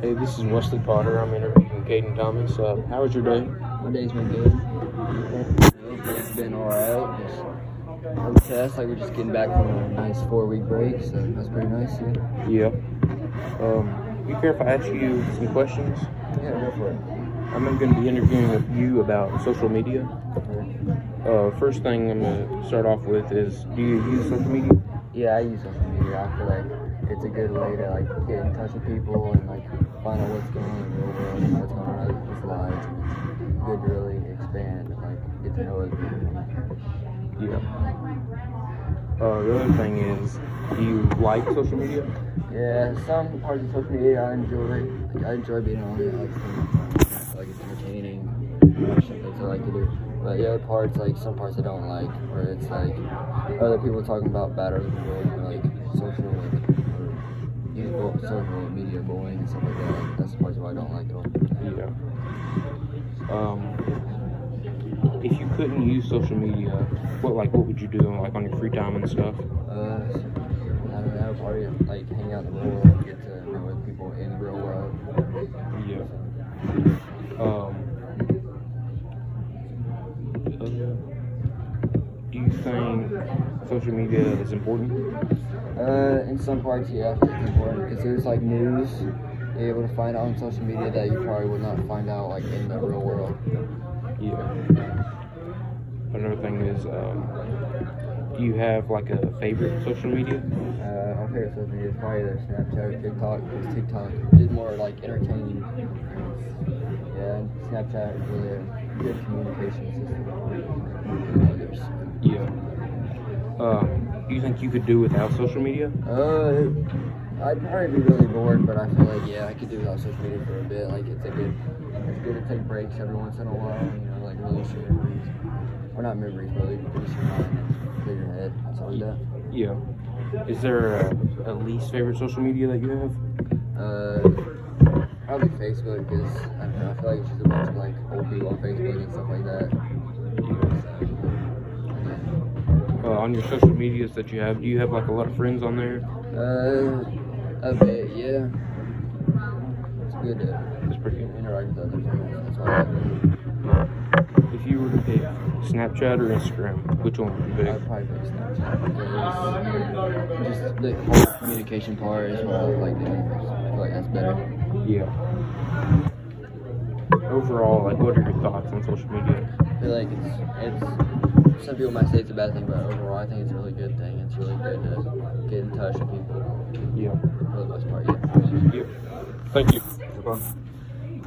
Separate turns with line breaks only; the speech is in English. Hey, this is Wesley Potter. I'm interviewing Caden Thomas. Uh, how was your day?
My day's been good. You know, It's been alright. Just no test. Like we're just getting back from a nice four week break, so that's pretty nice. Yeah.
Yeah. Um, you care if I ask you some questions?
Yeah, go for it.
I'm going to be interviewing with you about social media. Uh, first thing I'm going to start off with is, do you use social media?
Yeah, I use social media. I feel like it's a good way to like get in touch with people and like find out what's going on in the real world and what's going on in people's lives. And it's good to really expand and like get to know other people.
Yeah. Uh, the other thing is, do you like social media?
Yeah, some parts of social media I enjoy. Like, I enjoy being on it. Like, sometimes, like it's entertaining. There's some things I like to do. But the other parts, like some parts I don't like, where it's like other people talking about better than doing like social like, or use bu- social media bullying and stuff like that. Like, that's the parts why I don't like at all.
Yeah. Um, if you couldn't use social media, what like what would you do like on your free time and stuff?
Uh, I don't know, probably like hang out in the real world, get to know other people in the real world.
Yeah. Um, do you think social media is important?
Uh, in some parts, yeah, it's important because there's like news you're able to find out on social media that you probably would not find out like in the real world.
Yeah. Another thing is, um, do you have like a favorite social media?
Uh, my favorite social media is probably either Snapchat or TikTok because TikTok is more like entertaining. Yeah, and Snapchat is really a good communication system with others.
Yeah. Um, do you think you could do without social media?
Uh, I'd probably be really bored, but I feel like yeah, I could do without social media for a bit. Like it's a good, it's good to take breaks every once in a while. You know, like really share memories, or not memories, but like release your mind, clear your head, stuff like that.
Yeah. Is there a, a least favorite social media that you have?
Uh, probably Facebook because I don't know. I feel like it's just a bunch of like old people on Facebook and stuff like that. So,
Uh, on your social medias that you have, do you have like a lot of friends on there?
yeah. uh, a bit, yeah. It's good to
That's pretty good.
interact with others. I guess. That's why I like it.
If you were to pick Snapchat or Instagram, which one would you
I
pick?
probably pick Snapchat because just the whole communication part is what I like doing. I feel like that's better.
Yeah. Overall, like, what are your thoughts on social media?
I feel like it's it's some people might say it's a bad thing, but overall I think it's a really good thing. It's really good to get in touch with people
Yeah.
for the most part. Yeah.
Thank you. Thank you.